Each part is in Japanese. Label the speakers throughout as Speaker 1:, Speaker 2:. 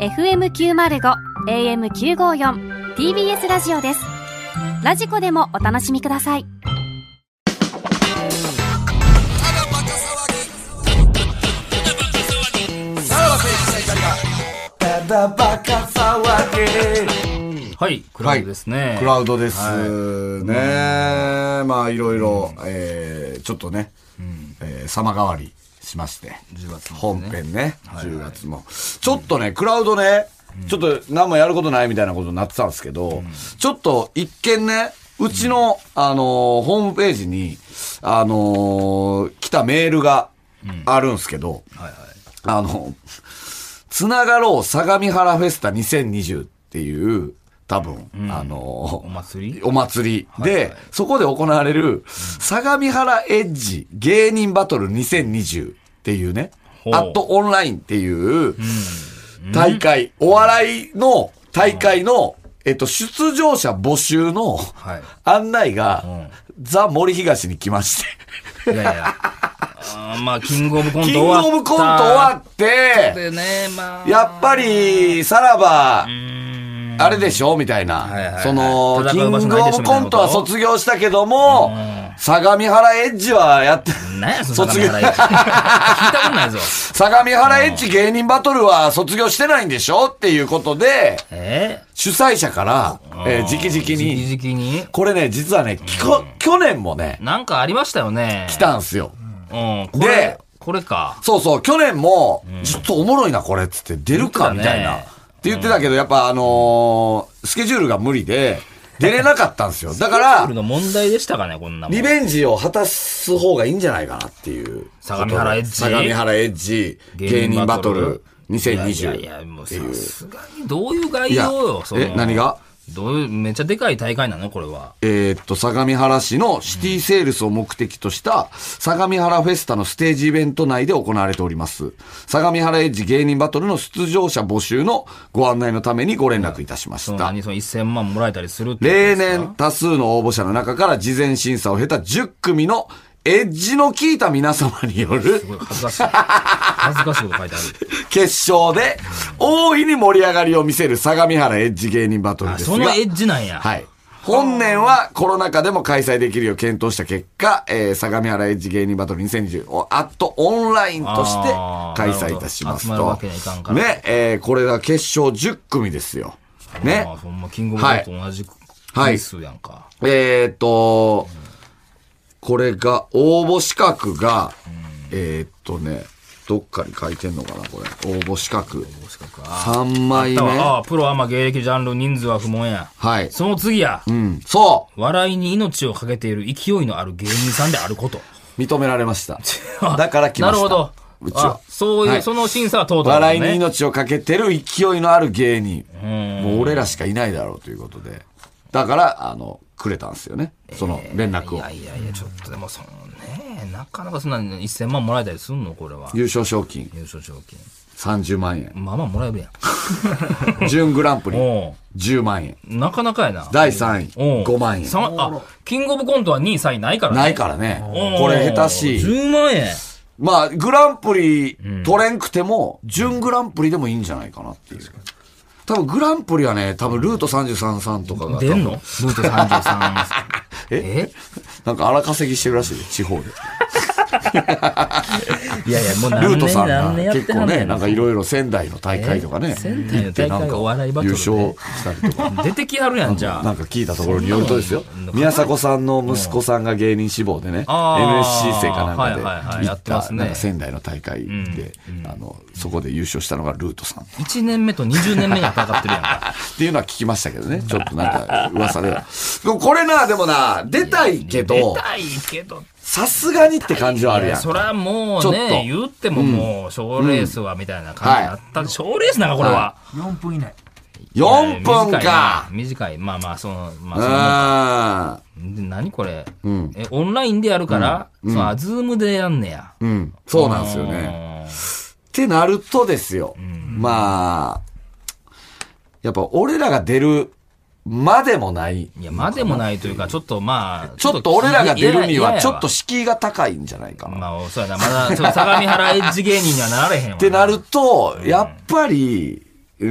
Speaker 1: FM905 AM954 TBS ラジオですラジコでもお楽しみください
Speaker 2: はい、クラウドですね。
Speaker 3: クラウドです。
Speaker 2: は
Speaker 3: ねえまあいろいろ、えーちょっとね、えー様変わりしまして、
Speaker 2: 10月のね
Speaker 3: 本編ね、10月も。ちょっとね、クラウドね、ちょっと何もやることないみたいなことになってたんですけど、ちょっと一見ね、うちの、あのーホームページに、あのー来たメールがあるんですけど、あの、つながろう相模原フェスタ2020っていう、多分、あの
Speaker 2: お祭り
Speaker 3: お祭り。で、そこで行われる、相模原エッジ芸人バトル2020っていうね、
Speaker 2: ほう
Speaker 3: アットオンラインっていう大会、お笑いの大会の、えっと、出場者募集の
Speaker 2: はい
Speaker 3: 案内が、ザ・森東に来まして。
Speaker 2: い。いやいや。あーまあ、キングオブコント
Speaker 3: キン
Speaker 2: 終
Speaker 3: グ
Speaker 2: わった。
Speaker 3: オブコント終わって、
Speaker 2: でね、まあ。
Speaker 3: やっぱり、さらば、あれでしょみたい
Speaker 2: はいはいは
Speaker 3: な。
Speaker 2: い
Speaker 3: その、キ
Speaker 2: 戦
Speaker 3: ン
Speaker 2: う
Speaker 3: グ
Speaker 2: 場
Speaker 3: オ
Speaker 2: 所ないでしょ
Speaker 3: ブコントは
Speaker 2: みたいなこと
Speaker 3: 卒業したけども、相模原エッジはやって、
Speaker 2: 何や、その
Speaker 3: 卒
Speaker 2: 相
Speaker 3: 業
Speaker 2: 模原エッジ聞いたことな いぞ。
Speaker 3: 相模原エッジ芸人バトルは卒業してないんでしょっていうことで、
Speaker 2: え
Speaker 3: 主催者から、えー、直
Speaker 2: ー、
Speaker 3: 々に、
Speaker 2: じきに
Speaker 3: これね、実はね、きこ去年もね、
Speaker 2: なんかありましたよね。
Speaker 3: 来。たんすよ。
Speaker 2: うん。こ
Speaker 3: で
Speaker 2: れ、これか。
Speaker 3: そうそう、去年も、ちょっとおもろいな、これ、つって、出るか、み
Speaker 2: 言ってた
Speaker 3: た
Speaker 2: ね
Speaker 3: いな。って言ってたけど、やっぱ、あのースケジュールが無理で、出れなかったんです よ。だか
Speaker 2: ル
Speaker 3: ら
Speaker 2: ール、の問題でしたかね、こんなもん。
Speaker 3: リベンジを果たす方がいいんじゃないかなっていう。
Speaker 2: 相模原エッジ
Speaker 3: 相模原エッジ、芸人バトル
Speaker 2: いやいやいや、
Speaker 3: 2020
Speaker 2: も
Speaker 3: っ
Speaker 2: う
Speaker 3: て
Speaker 2: さ
Speaker 3: いう。
Speaker 2: すがに、どういう概
Speaker 3: いや
Speaker 2: 要よ、その
Speaker 3: え、何が
Speaker 2: どういう、めっちゃでかい大会なのこれは。
Speaker 3: えーっと、相模原市のシティセールスを目的とした、相模原フェスタのステージイベント内で行われております。相模原エッジ芸人バトルの出場者募集のご案内のためにご連絡いたしま
Speaker 2: そ
Speaker 3: し
Speaker 2: の
Speaker 3: た。
Speaker 2: 何、その1000万もらえたりするってことで
Speaker 3: 例
Speaker 2: すか
Speaker 3: 年多数の応募者の中から事前審査を経た10組のエッジの効いた皆様による
Speaker 2: すごい恥ずかしい。恥ずかしいこと書いてあ る。
Speaker 3: 決勝で大いに盛り上がりを見せる相模原エッジ芸人バトル
Speaker 2: あ
Speaker 3: です
Speaker 2: その
Speaker 3: が
Speaker 2: エッジなんや。
Speaker 3: はい。本年はコロナ禍でも開催できるよう検討した結果、えー相模原エッジ芸人バトル2020をアットオンラインとして開催いたします
Speaker 2: あーな
Speaker 3: と
Speaker 2: るほど集まるわけにはいかん。から
Speaker 3: ね、えーこれが決勝10組ですよ。ね
Speaker 2: まあ、。ほんま、キングオブコントと同じ
Speaker 3: はい
Speaker 2: 回数やんか。
Speaker 3: えーっと、これが、応募資格が、えーっとね、どっかに書いてんのかな、これ。応募資格。3枚目。
Speaker 2: だからあ
Speaker 3: は
Speaker 2: あ、プロ、アマ、芸歴、ジャンル、人数は不問や。
Speaker 3: い。
Speaker 2: その次や。
Speaker 3: うん、そ
Speaker 2: 笑いに命を懸けている勢いのある芸人さんであること。
Speaker 3: う認められま した。だから来ました。
Speaker 2: なるほど。
Speaker 3: うち
Speaker 2: あ
Speaker 3: は。
Speaker 2: そういう、
Speaker 3: はい
Speaker 2: その審査は通ったんだ
Speaker 3: 笑
Speaker 2: ね
Speaker 3: いに命をかけてる勢いのある芸人。もう俺らしかいないだろうということで。だから、あの、くれたんですよね。その連絡
Speaker 2: い
Speaker 3: を。
Speaker 2: やいやいや、ちょっとでも、そのね、なかなかそんなに1000万もらえたりすんのこれは。
Speaker 3: 優勝賞金
Speaker 2: 優勝賞金。
Speaker 3: 30万円。
Speaker 2: まあまあもらえるや
Speaker 3: 準グランプリ
Speaker 2: ん。 おう
Speaker 3: 10万円。
Speaker 2: なかなかやな。
Speaker 3: 第3位5万円。
Speaker 2: さんあ、キングオブコントは2位、3位ないからね。
Speaker 3: ないからね。
Speaker 2: おー
Speaker 3: これ下手しい。
Speaker 2: 10万円。
Speaker 3: まあ、グランプリ取れんくても、準グランプリでもいいんじゃないかなっていう。多分グランプリはね、多分ルート33さんとかが。
Speaker 2: 出んのルート33。
Speaker 3: えなんか荒稼ぎしてるらしいで、地方で。
Speaker 2: いやいや、もう何
Speaker 3: ル
Speaker 2: 年
Speaker 3: ートさんが
Speaker 2: 何年やっ
Speaker 3: 結
Speaker 2: ては
Speaker 3: 構
Speaker 2: んね
Speaker 3: ね、
Speaker 2: ん
Speaker 3: なんかいろいろ仙台の大会とかね、
Speaker 2: え仙台の大会
Speaker 3: 行ってなんか
Speaker 2: お笑いバト
Speaker 3: 優
Speaker 2: ルね
Speaker 3: 勝したりとか。
Speaker 2: 出てきはるやん、じゃ
Speaker 3: な
Speaker 2: あ。
Speaker 3: んか聞いたところによるとですよ
Speaker 2: そんなもん。
Speaker 3: 宮迫さんの息子さんが芸人志望でね、
Speaker 2: あー
Speaker 3: NSC 生かなんかで
Speaker 2: はいはいはい
Speaker 3: 行
Speaker 2: や
Speaker 3: っ
Speaker 2: って
Speaker 3: た
Speaker 2: ま、すね
Speaker 3: なんか仙台の大会で、あの、そこで優勝したのがルートさん。っ
Speaker 2: 1年目と20年目がかかってるやんか。
Speaker 3: ていうのは聞きましたけどね、ちょっとなんか噂では。でもこれな、でもな、出たいけ
Speaker 2: 出
Speaker 3: ど、
Speaker 2: たいけど。
Speaker 3: さすがにって感じはあるやん。
Speaker 2: そりゃも
Speaker 3: ちょ
Speaker 2: う
Speaker 3: っと
Speaker 2: ね、言ってももう、賞レースはみたいな感じになった。賞レースなんか、これは。
Speaker 4: 4分以内
Speaker 3: 4分
Speaker 2: いや
Speaker 3: か。
Speaker 2: 短いな短い。まあまあ、その、まあその
Speaker 3: うん。
Speaker 2: で何これ、えオンラインでやるから、そのあズームでやんねや、
Speaker 3: うん。そうなんですよね。ってなるとですよ。まあ、やっぱ俺らが出るまでもない。
Speaker 2: いやまでもないというかちょっとまあ
Speaker 3: ちょっと俺らが出るに
Speaker 2: いやいやい
Speaker 3: は
Speaker 2: や
Speaker 3: ちょっと敷居が高いんじゃないかな。っ
Speaker 2: まあそう やなまだちょっと相模原エッジ芸人にはなれへんわ
Speaker 3: てなると、やっぱり、うー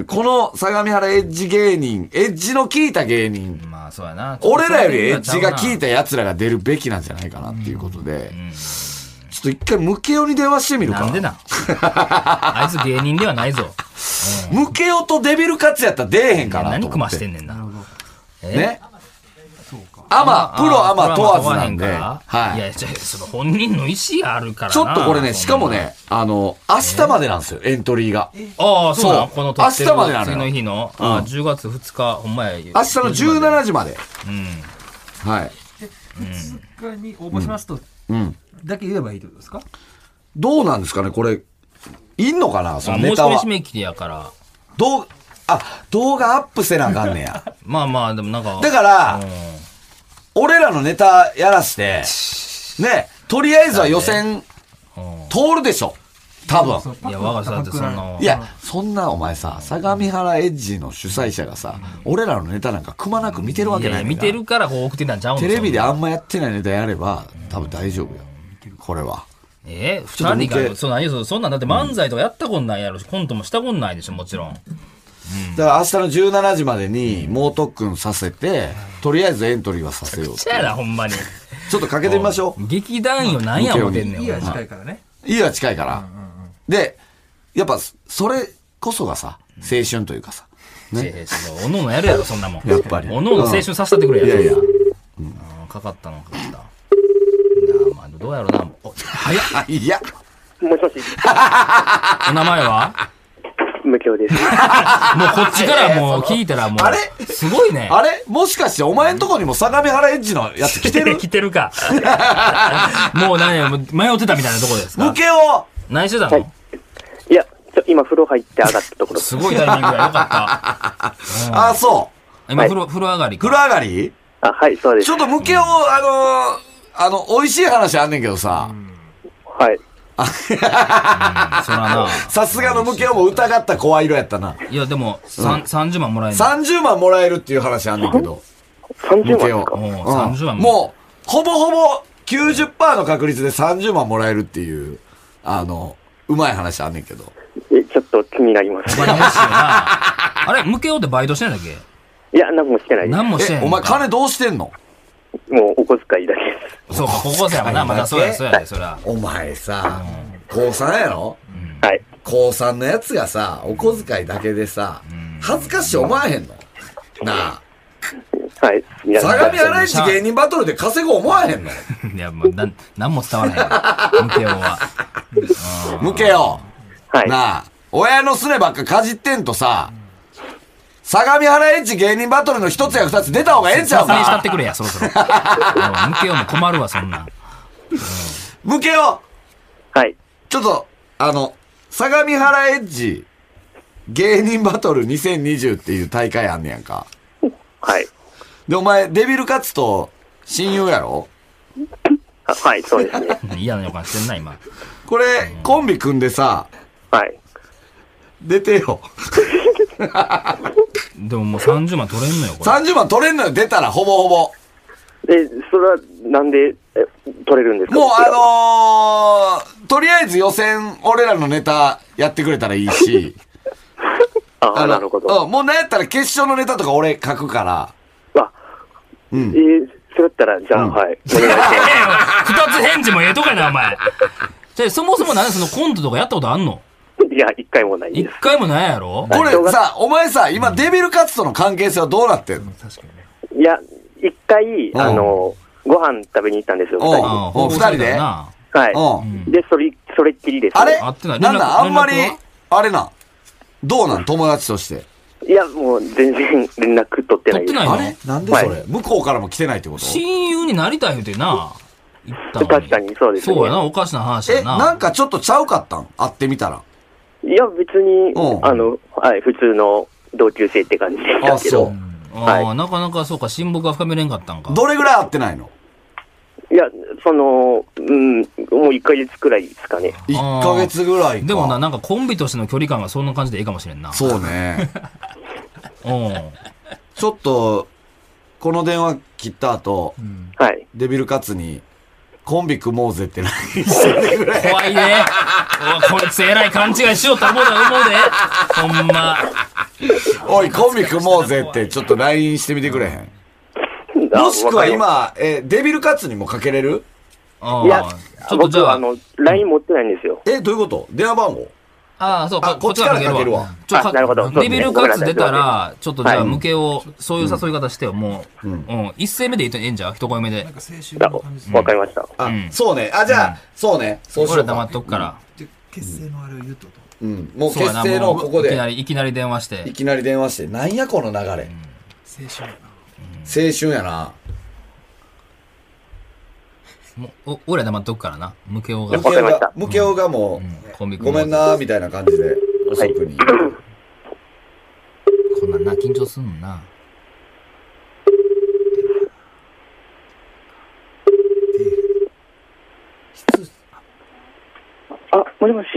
Speaker 3: ん、この相模原エッジ芸人、エッジの効いた芸人、
Speaker 2: まあ、そうやな。
Speaker 3: 俺らよりエッジが効い
Speaker 2: て。
Speaker 3: た奴らが出るべきなんじゃないかなっていうことで、ちょっと一回ムケオに電話してみるか。
Speaker 2: なんでな。あいつ芸人ではないぞ。
Speaker 3: ムケオとデビルカツやったら出えへん かなと思って。
Speaker 2: 何組ましてんねんな。
Speaker 3: ね。アマ、プロアマ問わずなんで、
Speaker 2: プロアマ問わへ
Speaker 3: は
Speaker 2: んから
Speaker 3: い
Speaker 2: や、
Speaker 3: い。
Speaker 2: じゃあその本人の意思があるからな
Speaker 3: ちょっとこれね、しかも。ね、あの、明日までなんですよ、エントリーが。
Speaker 2: ああ、そうな
Speaker 3: そ
Speaker 2: の
Speaker 3: う
Speaker 2: この撮ってる
Speaker 3: 明日までなのよ
Speaker 2: 次の日の、
Speaker 3: うん
Speaker 2: ああ10月2日、ほんまや。明日
Speaker 3: 明日の17時まで。
Speaker 2: うん。
Speaker 3: はい。
Speaker 4: 2日に応募しますと、
Speaker 3: うん。
Speaker 4: だけ言えばいいってことですか
Speaker 3: どうなんですかね、これ、いんのかな、そ
Speaker 2: ま
Speaker 3: の
Speaker 2: あ、申し
Speaker 3: ネタ
Speaker 2: 込み
Speaker 3: は
Speaker 2: 締。め切りやから。
Speaker 3: 動画、あ、動画アップせなあかんね や。
Speaker 2: まあまあ、でもなんか。
Speaker 3: だから
Speaker 2: うん、
Speaker 3: 俺らのネタやら して、ね、とりあえずは予選
Speaker 2: うん
Speaker 3: 通るでしょ。多分。
Speaker 2: いや、我が社だってそんな。
Speaker 3: いや、そんなお前さ、相模原エッジの主催者がさ、俺らのネタなんかくまなく見てるわけ
Speaker 2: い
Speaker 3: な
Speaker 2: や
Speaker 3: いねん
Speaker 2: 見
Speaker 3: から
Speaker 2: てるからこう送ってたんちゃうん
Speaker 3: テレビで
Speaker 2: そんな
Speaker 3: あんまやってないネタやれば、多分大丈夫よ。これは。
Speaker 2: え二
Speaker 3: ょっと見て
Speaker 2: 人がそう何そそんなんだって漫才とかやったことないやろし、コントもしたことないでしょもちろん
Speaker 3: だから明日の17時までに猛特訓させて、とりあえずエントリーはさせようって
Speaker 2: そやなほんまに
Speaker 3: ちょっとかけてみましょう。
Speaker 2: 劇団員なんや思てんねん
Speaker 4: い
Speaker 2: い
Speaker 4: い
Speaker 2: や
Speaker 4: や、近いからね。
Speaker 3: 家は近いから。で、やっぱ、それこそがさ、青春というかさ。ね。
Speaker 2: おのおのやるやろそんなもん
Speaker 3: やっぱり
Speaker 2: おのおの青春させたってくれや
Speaker 3: いやいや。
Speaker 2: うんかかったのかかったなあまあどうやろうなお早っ
Speaker 3: あ、いや。
Speaker 5: もしもし、
Speaker 2: お名前は
Speaker 5: 無教です。
Speaker 2: もうこっちからもう聞いたらも
Speaker 3: あれ
Speaker 2: うすごいね
Speaker 3: あれもしかしてお前んとこにも相模原エッジのやつ来てる
Speaker 2: 来てるかもう何やもう迷ってたみたいなとこです
Speaker 3: 向
Speaker 2: か
Speaker 3: けを
Speaker 2: 何してたの
Speaker 5: いや、ちょ今風呂入って上がったところです。
Speaker 2: すごいタイミングが良かった。
Speaker 3: あ、そう。
Speaker 2: うん今、風呂、風呂上がり
Speaker 3: 風
Speaker 2: か。
Speaker 3: 呂上がり
Speaker 5: あ、はい、そうです
Speaker 3: ちょ。っと向けを、あのー、あの、美味しい話あんねんけどさ、
Speaker 5: はい。
Speaker 2: うんそら な。
Speaker 3: さすがの向けをも疑った声色やったな。
Speaker 2: いや、でも、三30万もらえる。
Speaker 3: 30万もらえるっていう話あんねんけど、
Speaker 5: 30
Speaker 3: 向け
Speaker 5: 万
Speaker 3: を
Speaker 5: です。か
Speaker 2: もう
Speaker 3: うん
Speaker 2: 30万も
Speaker 3: もう、ほぼほぼ90%の確率で30万もらえるっていう、あの、うまい話あんねんけど。
Speaker 5: え、ちょっと気になりま
Speaker 2: お
Speaker 5: す。
Speaker 2: 金欲しいよな。あれ、向けようってバイトしてんだっけ
Speaker 5: いや、何もしてないです。
Speaker 2: 何もしてん
Speaker 3: え、
Speaker 2: の
Speaker 3: お前金どうしてんの
Speaker 5: もうお小遣いだけです。
Speaker 2: そう か、高校生やもんな。まだそうや、そうやで、そら。
Speaker 3: お前さ、高3やろ
Speaker 5: はい。
Speaker 3: 高3のやつがさ、お小遣いだけでさ、恥ずかしい思わへんのなあ、
Speaker 5: はい。皆さん
Speaker 3: 相模原市芸人バトルで稼ごう思わへんの
Speaker 2: いや、もう、なん、何も伝わらへん。向けようは。
Speaker 3: 向けよ。
Speaker 5: はい。
Speaker 3: なあ、親のすねばっかかじってんとさ、相模原エッジ芸人バトルの一つや二つ出た方がええんちゃう
Speaker 2: 説明した
Speaker 3: か
Speaker 2: ってくれや、そろそろ。うん向けようも困るわ、そんなん。
Speaker 3: 向けよ
Speaker 5: はい。
Speaker 3: ちょっと、あの、相模原エッジ芸人バトル2020っていう大会あんねやんか。
Speaker 5: はい。
Speaker 3: で、お前、デビルカツと親友やろ
Speaker 5: あはい、そうです ね。
Speaker 2: 嫌な予感してんな、今。
Speaker 3: これ、コンビ組んでさ、
Speaker 5: はい。
Speaker 3: 出てよ。
Speaker 2: でももう30万取れんのよ、これ。
Speaker 3: 30万取れんのよ、出たら、ほぼほぼ。
Speaker 5: で、それはなんでえ取れるんですか
Speaker 3: もう、あのー、とりあえず予選、俺らのネタやってくれたらいいし。
Speaker 5: のあ、
Speaker 3: の
Speaker 5: なるほど。
Speaker 3: うん、もうなんやったら決勝のネタとか俺書くから。
Speaker 5: あ、
Speaker 3: う
Speaker 5: え
Speaker 3: ん。
Speaker 5: ー、それだったら、じゃあ、はい。お願いします。
Speaker 2: 二つ返事もええとかやな、お前。じゃあ、そもそも何でそのコントとかやったことあんの
Speaker 5: いや、一回もない
Speaker 2: 一
Speaker 5: です。
Speaker 2: 回もないやろ
Speaker 3: これさ、お前さ、今デビルカツとの関係性はどうなってんの
Speaker 5: いや、一回、
Speaker 3: ん
Speaker 5: あの、ご飯食べに行ったんですよ、
Speaker 3: うん
Speaker 5: 二
Speaker 3: う
Speaker 5: 人
Speaker 3: ん
Speaker 2: あ
Speaker 5: で
Speaker 2: あ報告されたよな
Speaker 5: はい。
Speaker 3: うん。
Speaker 5: で、それ、それっきりです、ね。
Speaker 3: あれ
Speaker 2: 合ってない
Speaker 3: なんだ、あん
Speaker 2: 連絡
Speaker 3: まり
Speaker 2: 連絡は、
Speaker 3: あれな。どうなん友達として。
Speaker 5: いや、もう全然連絡取ってない
Speaker 2: 取っ
Speaker 5: です。
Speaker 2: てない
Speaker 3: あ
Speaker 2: の
Speaker 3: れなんでそ
Speaker 5: は
Speaker 3: れ向こうからも来てないってこと
Speaker 2: 親友になりたい言うてな。言ったの
Speaker 5: 確かにそうですね
Speaker 2: そうやな、おかしな話
Speaker 3: え、
Speaker 2: や
Speaker 3: な
Speaker 2: な。
Speaker 3: んかちょっとちゃうかったん会ってみたら。
Speaker 5: いや、別に
Speaker 3: う、ん
Speaker 5: あの、はい、普通の同級生って感じでした
Speaker 3: あ、
Speaker 5: け
Speaker 3: そ
Speaker 5: ど。
Speaker 2: ああ、なかなかそうか、親睦が深めれんかったんか
Speaker 3: う。。どれぐらい会ってないの
Speaker 5: いや、その、うん、もう1ヶ月くらいですかね。
Speaker 3: ?1 ヶ月ぐらいか。
Speaker 2: でもな、、なんかコンビとしての距離感がそんな感じでいいかもしれんな。
Speaker 3: そう ね。
Speaker 2: うん。
Speaker 3: ちょっと、この電話切った後、
Speaker 5: はい。
Speaker 3: デビルカツに、コンビ組もうぜって LINE しててくれ。
Speaker 2: 怖いね。おいこいつえらい勘違いしようと思うだ思うで。ほんま。
Speaker 3: おい、コンビ組もうぜってちょっと LINE してみてくれへん。
Speaker 5: あ
Speaker 3: もしくは
Speaker 5: わか
Speaker 3: 今、え、デビルカツにもかけれる
Speaker 2: あ
Speaker 5: りま
Speaker 2: あ
Speaker 5: すいや、
Speaker 2: ちょっとじ
Speaker 5: 僕
Speaker 2: ゃ
Speaker 5: は
Speaker 2: あ
Speaker 5: あ、の、LINE 持ってないんですよ。
Speaker 3: え、どういうこと電話番号
Speaker 2: ああ、そう
Speaker 3: あこっちからかけるわ
Speaker 2: ちょっ
Speaker 5: あなるほどそうです
Speaker 2: リ
Speaker 5: ね
Speaker 2: ビルカツ出たら、ちょっとじゃ
Speaker 5: は
Speaker 2: あ、
Speaker 5: い
Speaker 2: 向けを、そういう誘い方してよ、もう。うん。一斉目で言ってええんじゃん一声目で
Speaker 4: なん。か青春
Speaker 5: だ
Speaker 4: の感じ
Speaker 5: わかりました。
Speaker 3: あ、
Speaker 2: ん
Speaker 3: そうね。あ、じゃあ、そうね。そうし
Speaker 2: 俺
Speaker 3: よ
Speaker 2: ら
Speaker 3: う
Speaker 2: 黙
Speaker 3: か
Speaker 2: っ。とくから。
Speaker 4: で結成のあれを言うってこと
Speaker 3: うん。もう
Speaker 2: そうや
Speaker 3: 結
Speaker 2: な
Speaker 3: 成の
Speaker 2: もう
Speaker 3: ここ
Speaker 2: いきな
Speaker 3: で、
Speaker 2: り、いきなり電話し
Speaker 3: い
Speaker 2: て。
Speaker 3: きなり電話して、なんやこの流れ。
Speaker 4: 青春やな
Speaker 3: 青春やな。
Speaker 2: もうお俺ら黙っとくからな。向けおが
Speaker 3: ム
Speaker 5: わ
Speaker 3: ケオ
Speaker 5: かりまし
Speaker 3: が
Speaker 5: た、
Speaker 3: ムケオがも
Speaker 2: コンビ
Speaker 3: う、ご
Speaker 2: 組も
Speaker 3: め
Speaker 2: うんぜ
Speaker 3: な、みたいな感じで、遅くに。
Speaker 2: こんなんな、緊張すんのな。
Speaker 5: あ、もしもし。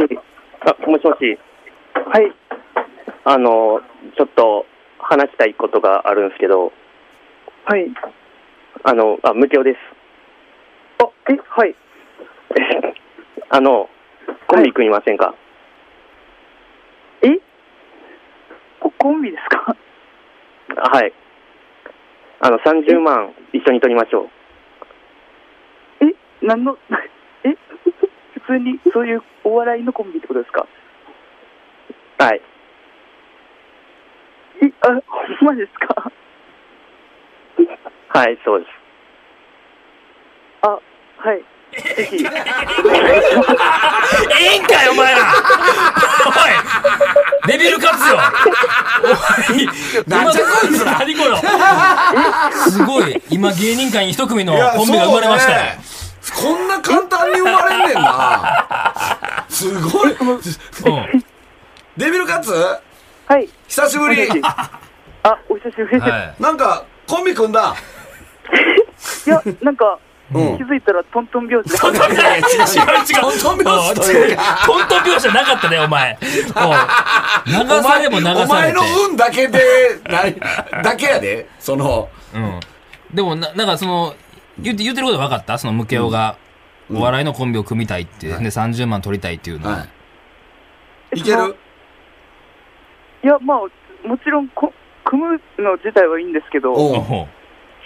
Speaker 5: あ、もしもし。はい。あの、ちょっと話したいことがあるんですけど。はい。あの、あ、無教です。あ、え、はい。 あの、コンビ組みませんか、えコンビですかはい。あの、30万一緒に取りましょう。
Speaker 6: え、なんの、 え、普通にそういうお笑いのコンビってことですか
Speaker 5: はい。
Speaker 6: え、あ、ほんまですか
Speaker 5: はい、そうです。
Speaker 6: あ、はい。ぜひ。
Speaker 2: ええんかい、お前らおいデビルカツよおい
Speaker 3: なんじゃこいつら
Speaker 2: 何こ のすごい今芸人界に一組の
Speaker 3: いや
Speaker 2: コンビが生まれましたよ、
Speaker 3: そうねこんな簡単に生まれんねんな。すごい。デビルカツ
Speaker 6: はい。
Speaker 3: 久しぶり。
Speaker 6: あ、お久しぶり
Speaker 2: う
Speaker 6: で
Speaker 2: ん
Speaker 6: す。
Speaker 2: はい
Speaker 3: なんか、コンビ組んだ。
Speaker 6: い、や、なんか、
Speaker 3: うん
Speaker 6: 気づいたらトントン拍子で。
Speaker 2: トントン拍子
Speaker 3: トントン拍子というか
Speaker 2: トントン拍子じゃなかったね、お前。おう流されも流
Speaker 3: お
Speaker 2: さ
Speaker 3: 前
Speaker 2: れて
Speaker 3: の。運だけで、 なだけやで。その、
Speaker 2: うん。でも、な、なんかその、言って、言ってること分かったその、ムケオが、お笑いのコンビを組みたいって、で、
Speaker 3: はい
Speaker 2: 30万取りたいっていうの。
Speaker 3: はい。いける
Speaker 6: いや、まあ、もちろんこ、組むの自体はいいんですけど、ちょ
Speaker 3: おう
Speaker 2: おう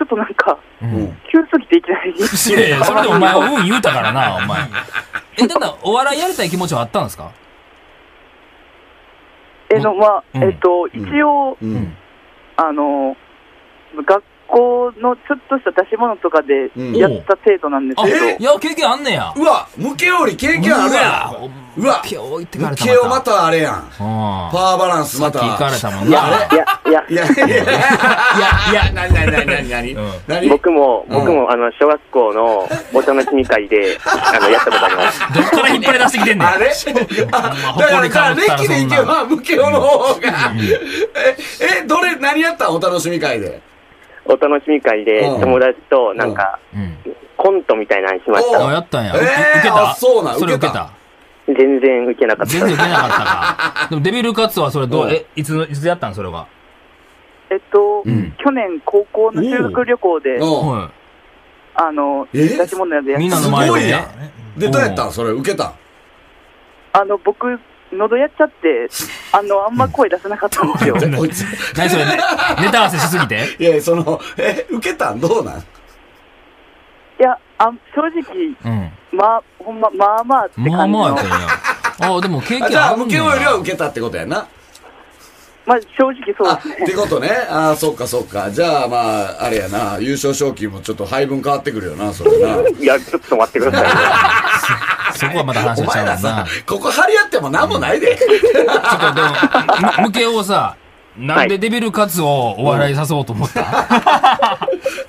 Speaker 6: っとなんか、
Speaker 2: う。
Speaker 3: うんん。
Speaker 6: 急すぎていきな り。
Speaker 2: いやいや、それでお前は運言うたからな、お前。え、ただ、お笑いやりたい気持ちはあったんですか
Speaker 6: えの、まあ、
Speaker 2: うん
Speaker 6: えっと、
Speaker 3: ん
Speaker 6: 一応、
Speaker 3: うん。
Speaker 6: あの、学校のちょっとした出し物とかで
Speaker 3: うん
Speaker 6: やった程度なんです
Speaker 2: あ、
Speaker 6: けど、
Speaker 2: いや、経験あんねや。
Speaker 3: うわ、ムケオり経験あるやん。うわ
Speaker 2: ム、ケオ置いてか
Speaker 3: ム
Speaker 2: れた
Speaker 3: ケオまたあれやん。
Speaker 2: うん。
Speaker 3: パワーバランス
Speaker 2: さ
Speaker 3: ま
Speaker 2: っき
Speaker 3: た。
Speaker 2: 行かれたもん
Speaker 5: い
Speaker 2: な。
Speaker 5: や
Speaker 2: あれ、
Speaker 5: いや、いや、
Speaker 3: いやいやいや
Speaker 2: いや、いや、
Speaker 3: なになになになになに
Speaker 2: うん
Speaker 3: なに
Speaker 5: 僕も、
Speaker 3: うん
Speaker 5: 僕も、あの、小学 校のお楽しみ会で、あの、やったことあります。
Speaker 2: どっから引っ張り出してきてんねん
Speaker 3: あ。れあだから、だから、歴でいけば、ムケオの方が。え、え、どれ、何やったんお楽しみ会で。
Speaker 5: お楽しみ会で、
Speaker 3: うん
Speaker 5: 友達と、なんか、
Speaker 2: うん。
Speaker 5: コントみたいなのしまし
Speaker 3: お
Speaker 5: た。
Speaker 2: あ、やったんや。
Speaker 3: えー
Speaker 2: 受けた
Speaker 3: あそうなん
Speaker 2: それ受け
Speaker 3: 受け
Speaker 2: た
Speaker 3: た。
Speaker 5: 全然受けなかった
Speaker 2: 全。然受けなかった か。でもデビルカツはそれど
Speaker 3: う
Speaker 2: う、
Speaker 3: ん
Speaker 2: え、いつの、いつやったんそれは。
Speaker 6: えっと、
Speaker 2: ん
Speaker 6: 去年高校の修学旅行で、
Speaker 3: う
Speaker 2: は
Speaker 6: あの、
Speaker 3: え
Speaker 6: 出し物やでや
Speaker 2: い。
Speaker 6: っ
Speaker 2: みんな
Speaker 6: た
Speaker 2: の前
Speaker 3: すごい
Speaker 2: で
Speaker 3: や
Speaker 2: ね
Speaker 3: ん。ん。で、どうやったんそれ、受けたん
Speaker 6: あの、僕、喉やっち ゃって、あの、あんま声出せなかったんですよ。
Speaker 3: こいつ
Speaker 2: 何それ、ね、ネタ合わせしすぎて
Speaker 3: いや、その、え、受けたんどうなん
Speaker 6: いや、あ正直、
Speaker 2: うん。
Speaker 6: まあ、ほんま、まあまあって感じの。
Speaker 2: まあまあやったんや。あ、でも経
Speaker 3: あじ
Speaker 2: 験
Speaker 3: ゃ
Speaker 2: あ
Speaker 3: あ、
Speaker 2: る
Speaker 3: ム
Speaker 2: んね
Speaker 3: ケ
Speaker 2: や
Speaker 3: オよりは受けたってことやな。
Speaker 6: まあ、正直そう
Speaker 3: あ、
Speaker 6: ですね。
Speaker 3: ってことね。あー、そっかそっか。じゃあ、まあ、あれやな。優勝賞金もちょっと配分変わってくるよな、それな。
Speaker 5: いや、ちょっと待ってくださ
Speaker 2: そこはまだ話
Speaker 3: お
Speaker 2: がち
Speaker 3: 前ら
Speaker 2: ゃうもんな
Speaker 3: さ。、ここ張り合っても何もないで。
Speaker 2: ちょっとでも、む向けをさ、なんでデビルカツをお笑い誘おうと思った、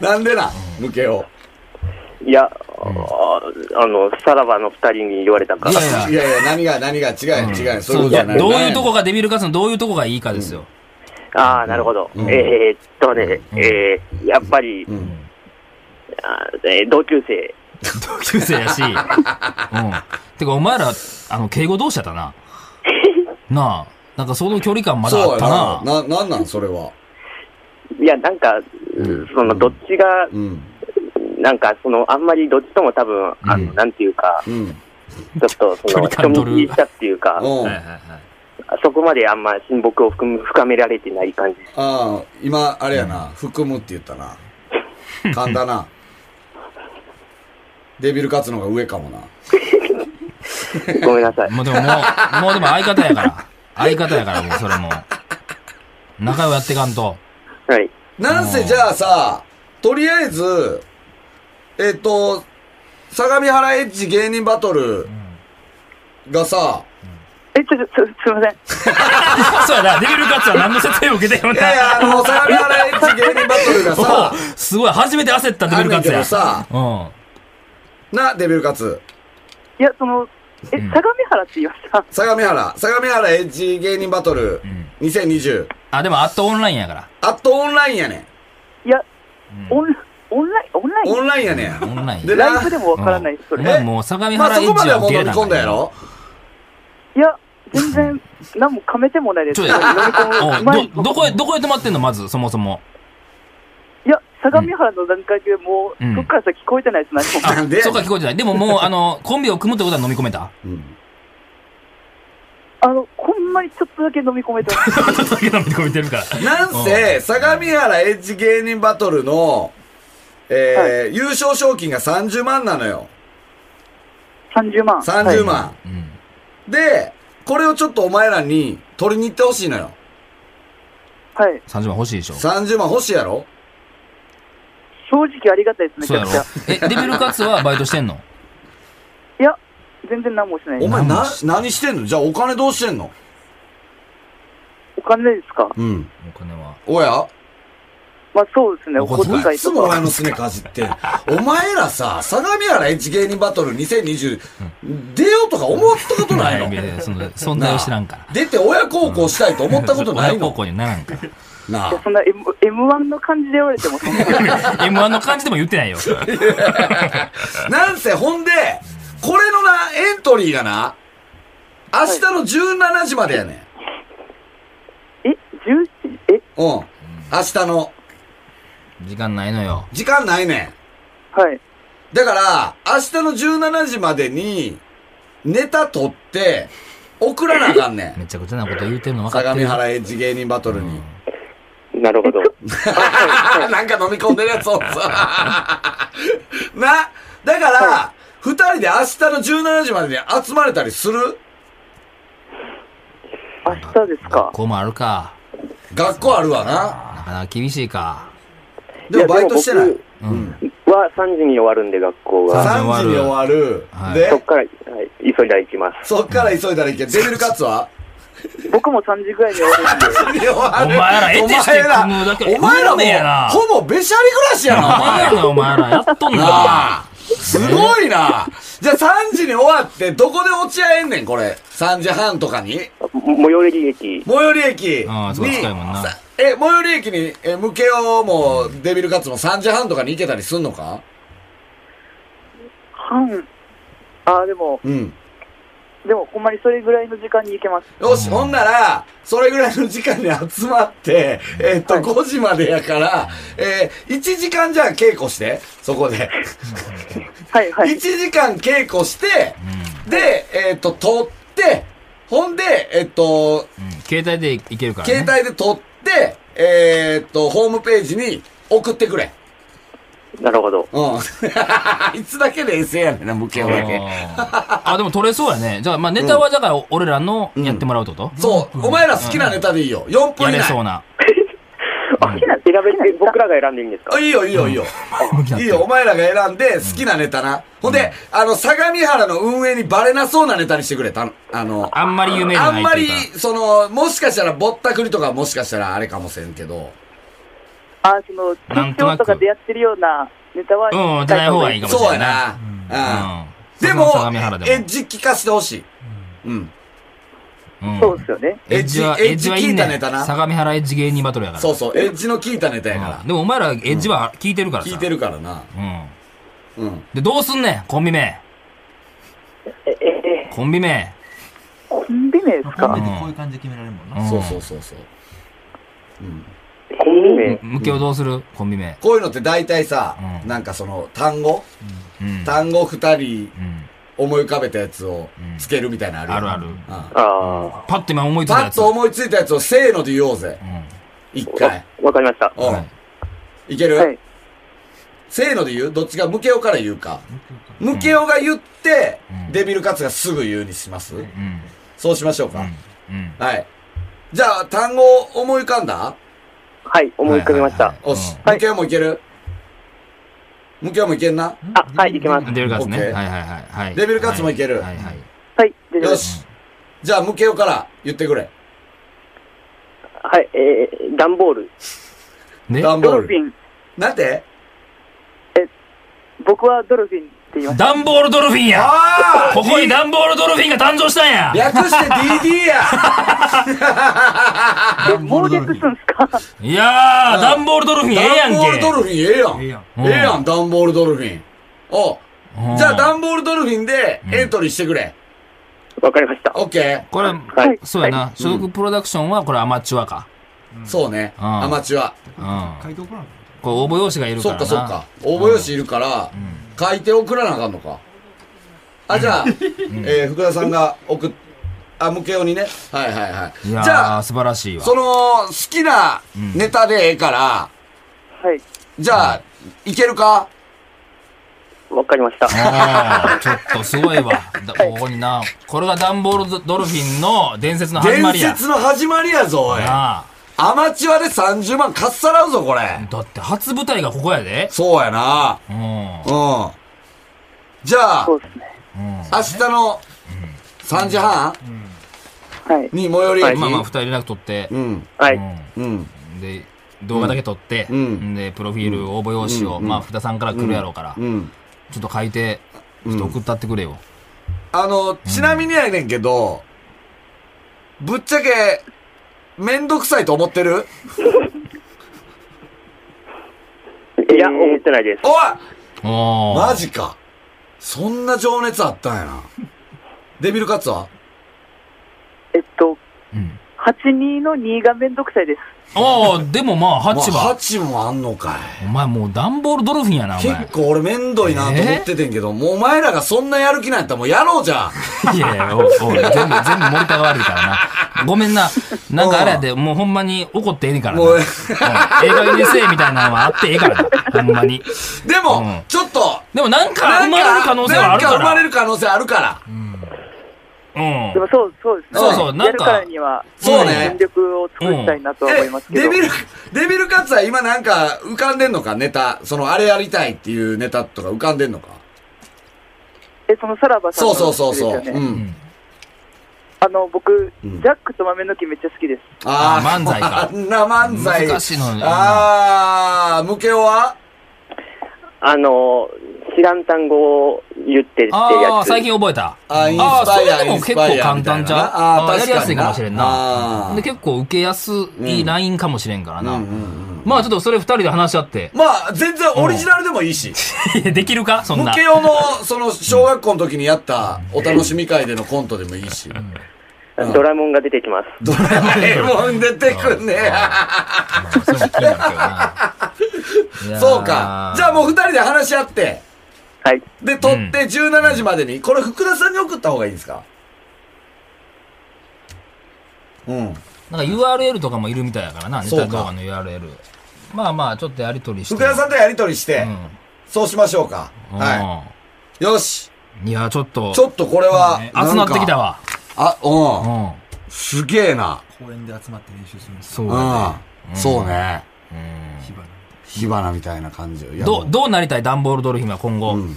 Speaker 3: なんでな、ムケオ。
Speaker 5: い。いや、ああの、さらばの二人に言われたから
Speaker 2: い。やい
Speaker 3: いやいや、何が、何が、違う、違う、そういうことじゃない。
Speaker 2: どういうとこがデビルカツのどういうとこがいいかですよ。
Speaker 5: ああ、なるほど。えーっとね、えー、やっぱり、
Speaker 3: ん
Speaker 5: あーえー同級生。
Speaker 2: 同級生 やし。うん。てか、お前ら、あの、敬語同士やった な。なあ。なんかその距離感まだ
Speaker 3: そう
Speaker 2: あっ
Speaker 3: や
Speaker 2: た
Speaker 3: な。
Speaker 2: な。
Speaker 3: な、なんなん、それは。
Speaker 5: いや、なんか、その、どっちが
Speaker 3: う、ん。
Speaker 5: なんか、その、あんまりどっちとも多分、あの、
Speaker 2: うん
Speaker 5: なんていうか、
Speaker 3: うん。
Speaker 5: ちょっと、そ
Speaker 2: 距離
Speaker 5: の、人
Speaker 2: 感取る
Speaker 5: 見知りしたっていうか、
Speaker 3: うん
Speaker 2: はいはいはい。
Speaker 5: そこまであんま親睦を含む深められてない感じです。
Speaker 3: ああ、今、あれやな、含むって言ったな。勘だな。デビル勝つのが上かもな。
Speaker 5: ごめんなさい。
Speaker 2: もうでももう、もうでも相方やから。相方やからもうそれも。仲良くやっていかん と。
Speaker 5: はい。
Speaker 3: なんせじゃあさ、とりあえず、えっ、と、相模原エッジ芸人バトルがさ、
Speaker 6: え、ちょ、ちょ、すすいません。
Speaker 2: そうやな、デビルカッツは何の説明を受けてるん
Speaker 3: いやい
Speaker 2: だ。
Speaker 3: や、あの、相模原エッジ芸人バトルがさ
Speaker 2: おう、すごい、初めて焦ったデビ
Speaker 3: あ
Speaker 2: ル
Speaker 3: んねん
Speaker 2: カッツ
Speaker 3: け
Speaker 2: や。
Speaker 3: どさ、
Speaker 2: うん。
Speaker 3: な、デビル勝つ。
Speaker 6: いや、その、え、
Speaker 2: うん
Speaker 6: 相模原って言いました。
Speaker 3: 相模原、相模原エッジ芸人バトル
Speaker 2: うん
Speaker 3: 2020。
Speaker 2: あ、でもあっとオンラインやから。
Speaker 3: あとオンラインやねん。
Speaker 6: いや、
Speaker 2: うん
Speaker 6: オン、オンライン、オンライ
Speaker 3: オ
Speaker 6: ン
Speaker 3: ンラインやねん。
Speaker 2: オンライン。
Speaker 3: で
Speaker 6: ライブでもわからないです、そ
Speaker 2: お
Speaker 6: れ。
Speaker 2: 前もう相模
Speaker 3: まあ
Speaker 2: 原
Speaker 3: そ
Speaker 2: エ
Speaker 3: こ
Speaker 2: ッ
Speaker 3: ま
Speaker 2: ジ
Speaker 3: では
Speaker 2: は
Speaker 3: もう
Speaker 2: 受
Speaker 3: 飲
Speaker 2: け入
Speaker 3: み込
Speaker 2: れた
Speaker 3: んだやろ
Speaker 6: いや、全然、何も噛めてもないです。
Speaker 2: ちょ
Speaker 6: 飲
Speaker 2: い
Speaker 6: み込む前
Speaker 2: お
Speaker 6: に
Speaker 2: うど、どこへ、どこへ泊まってんのまず、そもそも。
Speaker 6: いや、相模原の段階でもう、
Speaker 2: うん
Speaker 6: そっから先聞こえてないです、何も。
Speaker 3: な
Speaker 2: あ
Speaker 3: んで、やね
Speaker 2: そ
Speaker 3: ん
Speaker 2: っか聞こえてない。でももう、あの、コンビを組むってことは飲み込 めた
Speaker 3: うん
Speaker 6: あの、ほんまにちょっとだけ飲み込めてます。
Speaker 2: ちょっとだけ飲み込めてるから。
Speaker 3: なんせ、相模原エッジ芸人バトルの、えー優勝賞金が30万なのよ。
Speaker 6: 30万。
Speaker 3: 30
Speaker 6: はい
Speaker 3: 万。
Speaker 2: うん。
Speaker 3: で、これをちょっとお前らに取りに行ってほしいのよ。
Speaker 6: はい。
Speaker 2: 30万欲しいでしょ。
Speaker 3: 30万欲しいやろ
Speaker 6: 正直ありがたいです、めち
Speaker 2: そう
Speaker 6: ゃ
Speaker 2: や
Speaker 6: く
Speaker 2: ろ
Speaker 6: ちゃ。。
Speaker 2: え、デビルカッツはバイトしてんの
Speaker 6: いや、全然何もしてない
Speaker 3: お
Speaker 6: です。
Speaker 3: 前
Speaker 2: 何も
Speaker 3: な
Speaker 2: し、
Speaker 3: 何してんのじゃあお金どうしてんの
Speaker 6: お金ですか
Speaker 3: うん。
Speaker 2: お金は。
Speaker 3: おや
Speaker 6: まあそうですね、お
Speaker 2: お
Speaker 6: 小
Speaker 2: 小遣い
Speaker 6: 遣
Speaker 3: い
Speaker 6: い
Speaker 3: つ
Speaker 6: と
Speaker 3: もお前
Speaker 6: か。
Speaker 3: のすねかじって。お前らさ、相模原エッジ芸人バトル2020、出ようとか思ったこと ない
Speaker 2: いやい
Speaker 3: の
Speaker 2: やその存在を知らんから。
Speaker 3: 出て親孝行したいと思ったことない
Speaker 2: 親孝
Speaker 3: の
Speaker 2: 行にならんから。
Speaker 3: なあ。
Speaker 6: そんな M- M1 の感じで言われても、そんな
Speaker 2: M1 の感じでも言ってないよ。
Speaker 3: なんせ、ほんで、これのな、エントリーがな、明日の17時までやねん。
Speaker 6: え、17時え、
Speaker 3: うん。明日の。
Speaker 2: 時間ないのよ。
Speaker 3: 時間ないね
Speaker 6: はい。
Speaker 3: ん。だから、明日の17時までに、ネタ取って、送らなあかんね ん。
Speaker 2: めちゃくちゃなこと言うてるの分か
Speaker 3: 相
Speaker 2: って
Speaker 3: 模
Speaker 2: る。
Speaker 3: 原エッジ芸人バトルに。
Speaker 5: なるほど。
Speaker 3: あ なんか飲み込んでるやつを さ。な、だから、二人で明日の17時までに集まれたりする
Speaker 6: 明日ですか
Speaker 2: 学。校もあるか。
Speaker 3: 学校あるわな。
Speaker 2: なかなか厳しいか。
Speaker 3: でもバイトしてない
Speaker 5: や。で
Speaker 2: うん。
Speaker 5: 僕は3時に終わるんで、学校
Speaker 2: さ
Speaker 5: が。
Speaker 3: 3時に終わる。
Speaker 2: はい
Speaker 3: で
Speaker 5: そっ、から、はい、急いで行きます。
Speaker 3: そっから急いだらいけん。デビルカツは
Speaker 6: 僕も3時ぐらいに終わるんで。
Speaker 2: お
Speaker 3: お
Speaker 2: 前ら得てして組むだけ
Speaker 3: お前ら
Speaker 2: 運命やな
Speaker 3: もう、ほぼべしゃり暮らしやな、お前
Speaker 2: やなお前らやっとん
Speaker 3: な
Speaker 2: だ。
Speaker 3: あ。すごいな。じゃあ3時に終わって、どこで落ち合えんねん、これ。3時半とかに。
Speaker 5: 最寄り駅、
Speaker 3: 最寄り駅
Speaker 2: ああすごい近いもんな
Speaker 3: にさえ、最寄り駅に、え、向けようも、デビルカツも3時半とかに行けたりすんのか
Speaker 6: 半。あー、でも、
Speaker 3: うん。
Speaker 6: でもほんまにそれぐらいの時間に行けます。
Speaker 3: よし、
Speaker 2: うん
Speaker 3: ほんなら、それぐらいの時間に集まって、えっと、5時までやから、えー、1時間じゃあ稽古して、そこで。
Speaker 6: はいは
Speaker 3: 1
Speaker 6: い。
Speaker 3: 時間稽古して、で、えっ、と、撮って、ほんで、えっ、と、
Speaker 2: うん。携帯でいけるからね。
Speaker 3: 携帯で撮って、えっ、と、ホームページに送ってくれ。
Speaker 5: なるほど。
Speaker 3: うん。いつだけ冷静やねんな、無形だけ。
Speaker 2: あーあ、でも取れそうやね。じゃあ、まあネタはだから俺らのやってもらうってこと
Speaker 3: そう、お前ら好きなネタでいいよ。4
Speaker 2: や
Speaker 3: 分以
Speaker 2: れそ
Speaker 3: 内。
Speaker 2: うな。
Speaker 6: あ、好きな、
Speaker 5: 選べて、僕らが選んでいいんですか
Speaker 3: あいいよ、いいよ、いいよ。 いいよ、お前らが選んで、好きなネタな。ほんで、あの、相模原の運営にバレなそうなネタにしてくれたの。あの、
Speaker 2: あんまり有名じ
Speaker 3: あ
Speaker 2: ゃない
Speaker 3: ん
Speaker 2: っ
Speaker 3: ま
Speaker 2: てい
Speaker 3: り
Speaker 2: うか、
Speaker 3: その、もしかしたらぼったくりとかもしかしたらあれかもしれんけど。
Speaker 6: あー、その、
Speaker 2: なん
Speaker 6: 緊
Speaker 2: とな
Speaker 6: 張
Speaker 2: く
Speaker 6: とかでやってるようなネタは、
Speaker 2: うん、じゃない方がいいかもし
Speaker 3: そう
Speaker 2: れ
Speaker 3: や
Speaker 2: ない。
Speaker 3: な。うん。
Speaker 2: うん
Speaker 3: でも
Speaker 2: 相模原、でも
Speaker 3: エッジ聞かせてほしい。うん。
Speaker 2: うん
Speaker 6: そうですよね。
Speaker 2: エッジは、
Speaker 3: エッジ
Speaker 2: エッジはいい
Speaker 3: 聞いたネ
Speaker 2: ね。
Speaker 3: タな
Speaker 2: 相模原エッジ芸人バトルやから。
Speaker 3: そうそう、エッジの聞いたネタや
Speaker 2: う
Speaker 3: か
Speaker 2: んでもお前らエッジは聞いてるから
Speaker 3: ら。
Speaker 2: さ。
Speaker 3: 聞いてるからな。
Speaker 2: うん。
Speaker 3: うん。
Speaker 2: で、どうすんねん、コンビ名。
Speaker 5: え、え、
Speaker 2: コンビ名。
Speaker 6: コンビ名です
Speaker 4: コンビ
Speaker 6: か
Speaker 4: でこういう感じで決められるもんな。
Speaker 2: ん
Speaker 3: そうそうそうそう。うん。
Speaker 5: コンビ名、
Speaker 2: 向けをどうするコンビ名。
Speaker 3: こういうのって大体さ、
Speaker 2: うん
Speaker 3: なんかその単語、
Speaker 2: うん。
Speaker 3: 単語二人
Speaker 2: うん
Speaker 3: 思い浮かべたやつをつけるみたいなの
Speaker 2: あ
Speaker 3: ある
Speaker 2: る
Speaker 3: よ
Speaker 2: ある。
Speaker 3: うん
Speaker 5: あ
Speaker 2: パッと今思いつい
Speaker 3: パ
Speaker 2: たや
Speaker 3: ッ
Speaker 2: つ。
Speaker 3: と思いついたやつをせーので言おうぜ
Speaker 2: う。ん
Speaker 3: 一
Speaker 5: あ、
Speaker 3: 回。
Speaker 5: わわかりました。
Speaker 3: うん。
Speaker 2: はい
Speaker 3: い、ける、
Speaker 5: はい。
Speaker 3: せーので言うどっちがムケオから言うか。ムケオが言って、
Speaker 2: うん
Speaker 3: デビルカツがすぐ言うにします、
Speaker 2: うん。
Speaker 3: そうしましょう
Speaker 2: う
Speaker 3: か。
Speaker 2: ん。うん。
Speaker 3: はい。じゃあ、単語思い浮かんだ
Speaker 5: はい、思い浮かびました。
Speaker 3: おし。
Speaker 5: はい
Speaker 3: ムケオもいけるムケオもいけんな
Speaker 5: あ、はい、いけます。
Speaker 2: デビルカツね。
Speaker 3: オッ
Speaker 2: は
Speaker 3: ケ
Speaker 2: い
Speaker 3: ー
Speaker 2: はいはいはい。
Speaker 3: デビルカツもいける
Speaker 2: はいはい。
Speaker 6: はい、大丈夫
Speaker 3: よ
Speaker 6: です。
Speaker 3: し。じゃあ、ムケオから言ってくれ。
Speaker 5: はい、えー、段ボール。
Speaker 2: で、
Speaker 3: ダンボ
Speaker 6: ド
Speaker 3: ー
Speaker 6: ルフ
Speaker 3: ル。
Speaker 6: ィン。
Speaker 3: なんて
Speaker 6: 僕はドルフィンって言います。
Speaker 2: ダンボールドルフィンや
Speaker 3: あ
Speaker 2: ここにダンボールドルフィンが誕生したんや
Speaker 3: あ略して DD や
Speaker 6: え、もう略したんですか
Speaker 2: いやー、ダンボールドル フィンええや
Speaker 3: ダン
Speaker 2: ん
Speaker 3: ボール
Speaker 2: け
Speaker 3: ドルフィンええやん。
Speaker 4: ええやん
Speaker 3: ええやん、ダンボールドルフィン。おじゃあ、ダンボールドルフィンでエントリーしてくれ。
Speaker 5: わかりました。
Speaker 3: オッケ
Speaker 2: これ、
Speaker 5: はい
Speaker 2: そうやな。所属プロダクションはこれアマチュアか。
Speaker 3: ー。そうね。
Speaker 2: うん
Speaker 3: アマチュア。
Speaker 2: うん。
Speaker 4: 回答来なかっ
Speaker 2: これ応募用紙がいるか
Speaker 3: そ
Speaker 2: ら
Speaker 3: っ
Speaker 2: な。
Speaker 3: かそっか。応募用紙いるから、書いて送らなあかんのか。あ、じゃあ、 えー福田さんが送っ、あ、向けようにね。はいはいはい。
Speaker 2: い
Speaker 3: じ
Speaker 2: やー
Speaker 3: ゃあ、
Speaker 2: 素晴らしいわ。
Speaker 3: その、好きなネタでええから、
Speaker 6: はい。
Speaker 3: じゃあ、いけるか
Speaker 5: わかりました。
Speaker 2: あーちょっとすごいわ。だここにな。これがダンボールドルフィンの伝説の始
Speaker 3: 伝
Speaker 2: まりや。
Speaker 3: 説の始まりやぞ、おい。
Speaker 2: なあ
Speaker 3: アマチュアで30万かっさらうぞ、これ。
Speaker 2: だって初舞台がここやで。
Speaker 3: そうやな。
Speaker 2: うん。
Speaker 3: うん。じゃあ、
Speaker 6: そうですね。
Speaker 2: うん
Speaker 3: 明日の3時半
Speaker 6: はい。
Speaker 3: に最寄り駅。
Speaker 2: まあまあ、二人連絡取って
Speaker 3: う。ん。
Speaker 5: は
Speaker 2: う
Speaker 5: い。
Speaker 2: ん
Speaker 3: うん。
Speaker 2: で、動画だけ撮って、
Speaker 3: うん
Speaker 2: で、プロフィール、応募用紙を、
Speaker 3: うん
Speaker 2: まあ、福田さんから来るやろうから、
Speaker 3: うん。
Speaker 2: ちょっと書いて、ちょっと送ったってくれよ。
Speaker 3: あの、ちなみにやねんけど、ぶっちゃけ、めんどくさいと思ってる
Speaker 5: いや、思ってないです。
Speaker 3: おい
Speaker 2: おー
Speaker 3: マジか。そんな情熱あったんやな。デビルカツは
Speaker 6: えっと、
Speaker 2: うん
Speaker 6: 82の2がめんどくさいです。
Speaker 2: おーでもまあ、
Speaker 3: まあ
Speaker 2: 8番。
Speaker 3: 八もあんのかい。
Speaker 2: お前もうダンボールドルフィンやな、お前。
Speaker 3: 結構俺めんどいなと思っててんけど、もうお前らがそんなやる気なんやったらもうやろうじゃん。
Speaker 2: いやいや、おいおい全部、全部森田が悪いからな。ごめんな。なんかあれやで、もうほんまに怒ってええねんからな。
Speaker 3: もう
Speaker 2: うんええ加減にせえみたいなのはあってええからな。ほんまに。
Speaker 3: でも、
Speaker 2: うん
Speaker 3: ちょっと、
Speaker 2: でもなんか生まれる可能性はあるから。
Speaker 3: なんか生まれる可能性あるから。
Speaker 2: うん
Speaker 6: で。もそう、そうですね。
Speaker 2: そうそうなんか
Speaker 6: やるからには、
Speaker 3: そうね
Speaker 6: 全力を尽くしたいなとは思いますけど。
Speaker 3: デビル、デビルカツは今なんか浮かんでんのかネタ。そのあれやりたいっていうネタとか浮かんでんのか
Speaker 6: え、そのさらばさん
Speaker 3: そ
Speaker 6: の
Speaker 3: うそうそうそう。
Speaker 6: やつです
Speaker 3: う
Speaker 6: よね
Speaker 3: ん。
Speaker 6: あの、僕、
Speaker 3: うん
Speaker 6: ジャックと豆の木めっちゃ好きです。
Speaker 3: あー
Speaker 2: あー漫才
Speaker 3: あ
Speaker 2: か
Speaker 3: んな漫才。
Speaker 2: 難しいのに
Speaker 3: ああ、ムケオは
Speaker 5: あの、知らん単語を言ってって
Speaker 2: あ
Speaker 5: や
Speaker 2: あ、
Speaker 5: つ。
Speaker 2: 最近覚えた。
Speaker 3: あーイン
Speaker 2: ああ、
Speaker 3: スパ
Speaker 2: そ
Speaker 3: イア
Speaker 2: れでも結構簡単じゃん。
Speaker 3: ああー、
Speaker 2: あーや
Speaker 3: 確かに
Speaker 2: り
Speaker 3: な。
Speaker 2: やすいかもしれんな
Speaker 3: あ。ー
Speaker 2: で、結構受けやすいラインかもしれんから
Speaker 3: うんう
Speaker 2: な。
Speaker 3: んうん
Speaker 2: まあちょっとそれ二人で話し合って。
Speaker 3: まあ、全然オリジナルで もいいし。
Speaker 2: できるかそん
Speaker 3: ム
Speaker 2: な。
Speaker 3: ケオの、その、小学校の時にやった、お楽しみ会でのコントでもいいし。
Speaker 5: ドラえもんが出てきます。
Speaker 3: ドラえもん出てくんね。
Speaker 2: まあそれも気になるけどな
Speaker 3: そうか。じゃあもう二人で話し合って、
Speaker 5: はい。
Speaker 3: で、撮って17時までに、これ福田さんに送った方がいいんですかうん。
Speaker 2: なんか URL とかもいるみたいやからな、ネ
Speaker 3: そうか
Speaker 2: タ動画の URL。まあまあ、ちょっとやりとりして。
Speaker 3: 福田さんとやりとりして、
Speaker 2: う
Speaker 3: そうしましょうか。
Speaker 2: ん。
Speaker 3: は。
Speaker 2: はい
Speaker 3: よし。
Speaker 2: い。いや、ちょっと。
Speaker 3: ちょっとこれは、
Speaker 2: ね熱なってきた
Speaker 3: わ。
Speaker 2: わ。
Speaker 3: あ、
Speaker 2: う
Speaker 3: うん。
Speaker 2: ん。
Speaker 3: すげえな。
Speaker 4: た。公園で集まって練習するんですよ。
Speaker 2: そう
Speaker 3: う
Speaker 2: や
Speaker 3: ん。そうね。
Speaker 2: ね
Speaker 4: 火花。
Speaker 3: 火花みたいな感じよい
Speaker 2: うん。
Speaker 3: や。
Speaker 2: ど
Speaker 3: も
Speaker 2: う、どうなりたいダンボールドルフィンは今後。
Speaker 3: う
Speaker 2: い
Speaker 3: ん。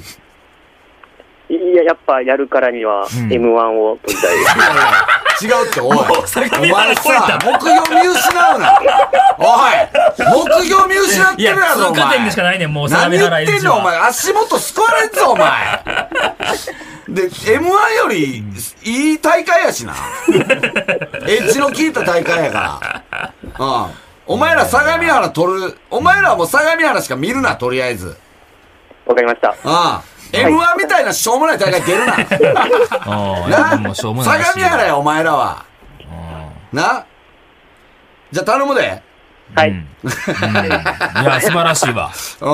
Speaker 5: いや、やっぱやるからには、
Speaker 2: ん
Speaker 5: M1 を取りたいです。
Speaker 3: 違うって、おい。お
Speaker 2: に
Speaker 3: 前
Speaker 2: 話超え
Speaker 3: さ
Speaker 2: た、
Speaker 3: 目標見失うな。おい。目標見失ってる
Speaker 2: や、
Speaker 3: やろ、
Speaker 2: 通
Speaker 3: お
Speaker 2: 過点
Speaker 3: 前
Speaker 2: でし。かないねん、もう、
Speaker 3: 何言
Speaker 2: 相模原
Speaker 3: っ
Speaker 2: 入り
Speaker 3: てん
Speaker 2: 口
Speaker 3: の
Speaker 2: は
Speaker 3: お前、足元すこられんぞ、お前。で、M1 より、いい大会やしな。エッジの効いた大会やから。うん。お前ら相模原取る、お前らはもう相模原しか見るな、とりあえず。
Speaker 5: わかりました。
Speaker 3: うん。M1 みたいなしょうもない大会出るな。
Speaker 2: ああ、
Speaker 3: な
Speaker 2: もうしょ
Speaker 3: 相模
Speaker 2: うもないし。
Speaker 3: 原や、お前らは。
Speaker 2: うん
Speaker 3: なじゃあ頼むで。
Speaker 5: はい
Speaker 2: うんうんいや、素晴らしいわ。
Speaker 3: う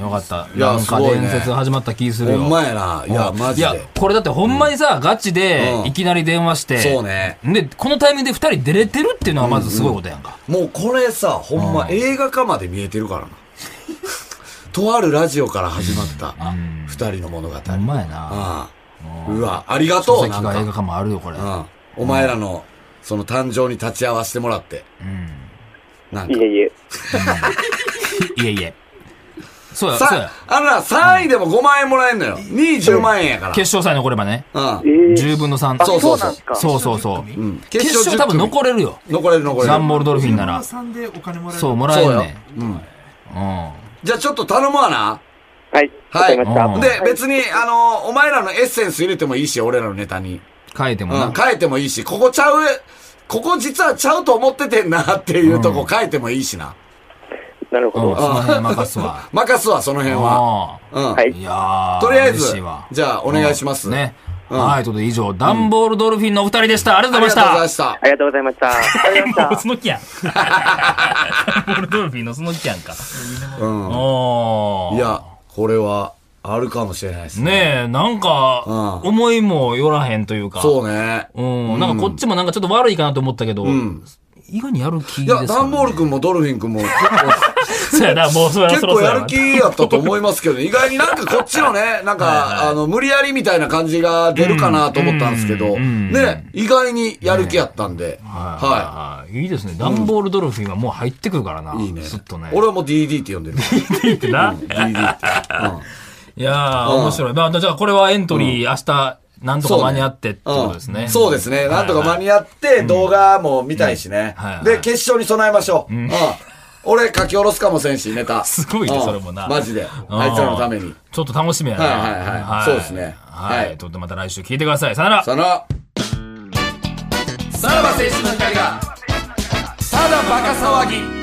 Speaker 2: よかった。
Speaker 3: いや
Speaker 2: なんか
Speaker 3: すごいね
Speaker 2: 伝説始まった気する
Speaker 3: ん。
Speaker 2: よ。
Speaker 3: ほんまやな。いや、
Speaker 2: うん
Speaker 3: マジ
Speaker 2: いや
Speaker 3: で。、
Speaker 2: これだってほんまにさ、ガチで
Speaker 3: う、ん
Speaker 2: いきなり電話して。
Speaker 3: そうね。
Speaker 2: で、このタイミングで二人出れてるっていうのはまずすごいことやんか。
Speaker 3: もうこれさ、ほんま映画化まで見えてるからな。 とあるラジオから始まった
Speaker 2: ん
Speaker 3: 二人の物語。
Speaker 2: ほんまやな。
Speaker 3: ああうわ、ありがとう、
Speaker 2: 書
Speaker 3: な
Speaker 2: 籍
Speaker 3: ん
Speaker 2: が映
Speaker 3: か
Speaker 2: 画。化もあるよ、これ。
Speaker 3: うんお前らの、その誕生に立ち会わせてもらって。なん
Speaker 5: い
Speaker 3: か。
Speaker 5: えいえ。
Speaker 2: いえいえ。そうや、そうや
Speaker 3: さ。、あのな、3位でも5万円もらえんのよ。2位10万円やから。
Speaker 2: 決勝さえ残ればね。
Speaker 3: うん。
Speaker 5: えー
Speaker 2: 10分の3。
Speaker 3: そうそうそ
Speaker 6: そうな
Speaker 3: うん
Speaker 6: す。か。
Speaker 2: そうそうそう。
Speaker 3: うん
Speaker 2: 決勝多分
Speaker 3: 残
Speaker 2: 残れるよ。
Speaker 3: 残れる残れる。
Speaker 2: ダンボールドルフィンなら。
Speaker 4: さんでお金もらえる
Speaker 2: そう、もらえ
Speaker 3: そう
Speaker 2: る
Speaker 3: よ
Speaker 2: ね。。
Speaker 3: うん。
Speaker 2: うん。
Speaker 3: じゃあちょっと頼むわな。
Speaker 5: はい。わかりまし
Speaker 2: うん
Speaker 5: た。
Speaker 3: で、別に、あの、お前らのエッセンス入れてもいいし、俺らのネタに。
Speaker 2: 書いても
Speaker 3: う、。
Speaker 2: なん
Speaker 3: 変えてもいいし、ここちゃう、ここ実はちゃうと思っててんなって いうとこ変えてもいいしな。
Speaker 5: なる
Speaker 2: う
Speaker 5: ほ
Speaker 2: ん、その
Speaker 5: ど。
Speaker 2: 辺任す わ。
Speaker 3: 任すわ、その辺は。
Speaker 2: う
Speaker 3: うん。
Speaker 5: はい
Speaker 2: ん。いやー、
Speaker 3: あとりあえ
Speaker 2: 嬉
Speaker 3: ず
Speaker 2: しいわ、
Speaker 3: じゃあお願いします。
Speaker 2: ね。
Speaker 3: うん
Speaker 2: はい、ということで以上、ダンボールドルフィンのお二人でした。ありが
Speaker 3: あ
Speaker 2: とう
Speaker 3: りが
Speaker 2: ござ
Speaker 3: とうございま
Speaker 2: いまし
Speaker 3: した
Speaker 5: あ。りがとうございました。ありがとうござい
Speaker 2: た。
Speaker 5: まし
Speaker 2: その木やん。ダンボールドルフィンのその木やんか。
Speaker 3: うん。
Speaker 2: おー
Speaker 3: いや、これは、あるかもしれないですね。
Speaker 2: ねえ、なんか、
Speaker 3: うん
Speaker 2: 思いもよらへんというか。
Speaker 3: そうね。
Speaker 2: うん。なんかこっちもなんかちょっと悪いかなと思ったけど、
Speaker 3: ん
Speaker 2: 意外にやる気
Speaker 3: い
Speaker 2: です
Speaker 3: や、
Speaker 2: よね
Speaker 3: ダンボール君もドルフィン君も結
Speaker 2: そうやな、もうそ
Speaker 3: 構、
Speaker 2: れは
Speaker 3: 結
Speaker 2: そろそ
Speaker 3: 構
Speaker 2: ろ
Speaker 3: や
Speaker 2: な
Speaker 3: る気やったと思いますけど、意外になんかこっちのね、なんか、あの、無理やりみたいな感じが出るかなと思ったんですけど、
Speaker 2: うんうん
Speaker 3: ね、意外にやる気やったんで、は
Speaker 2: はい。いいですね。ダンボールドルフィンはもう入ってくるからな。
Speaker 3: い。いいね
Speaker 2: すっとね。。
Speaker 3: 俺はもう DD って呼んでる。
Speaker 2: ってな。
Speaker 3: DD って。うん
Speaker 2: いやー、面白い。まあ、じゃあこれはエントリー、明日、なんとか間に合ってってことです
Speaker 3: う
Speaker 2: ね。
Speaker 3: んそうですね。なんとか間
Speaker 2: 合
Speaker 3: に合って、動画も見たいしね
Speaker 2: はいは。い
Speaker 3: で、決勝に備えましょう。うん俺書き下ろすかもせんし、ネタ。
Speaker 2: すごいね
Speaker 3: うん
Speaker 2: それもな
Speaker 3: マジで。あいつらのために。
Speaker 2: ちょっと楽しみやな。
Speaker 3: はいはいはいそうですね
Speaker 2: は
Speaker 3: はい
Speaker 2: い。ということでまた来週聞いてください。さよなら。
Speaker 3: その、さらば青春の光が、ただバカ騒ぎ。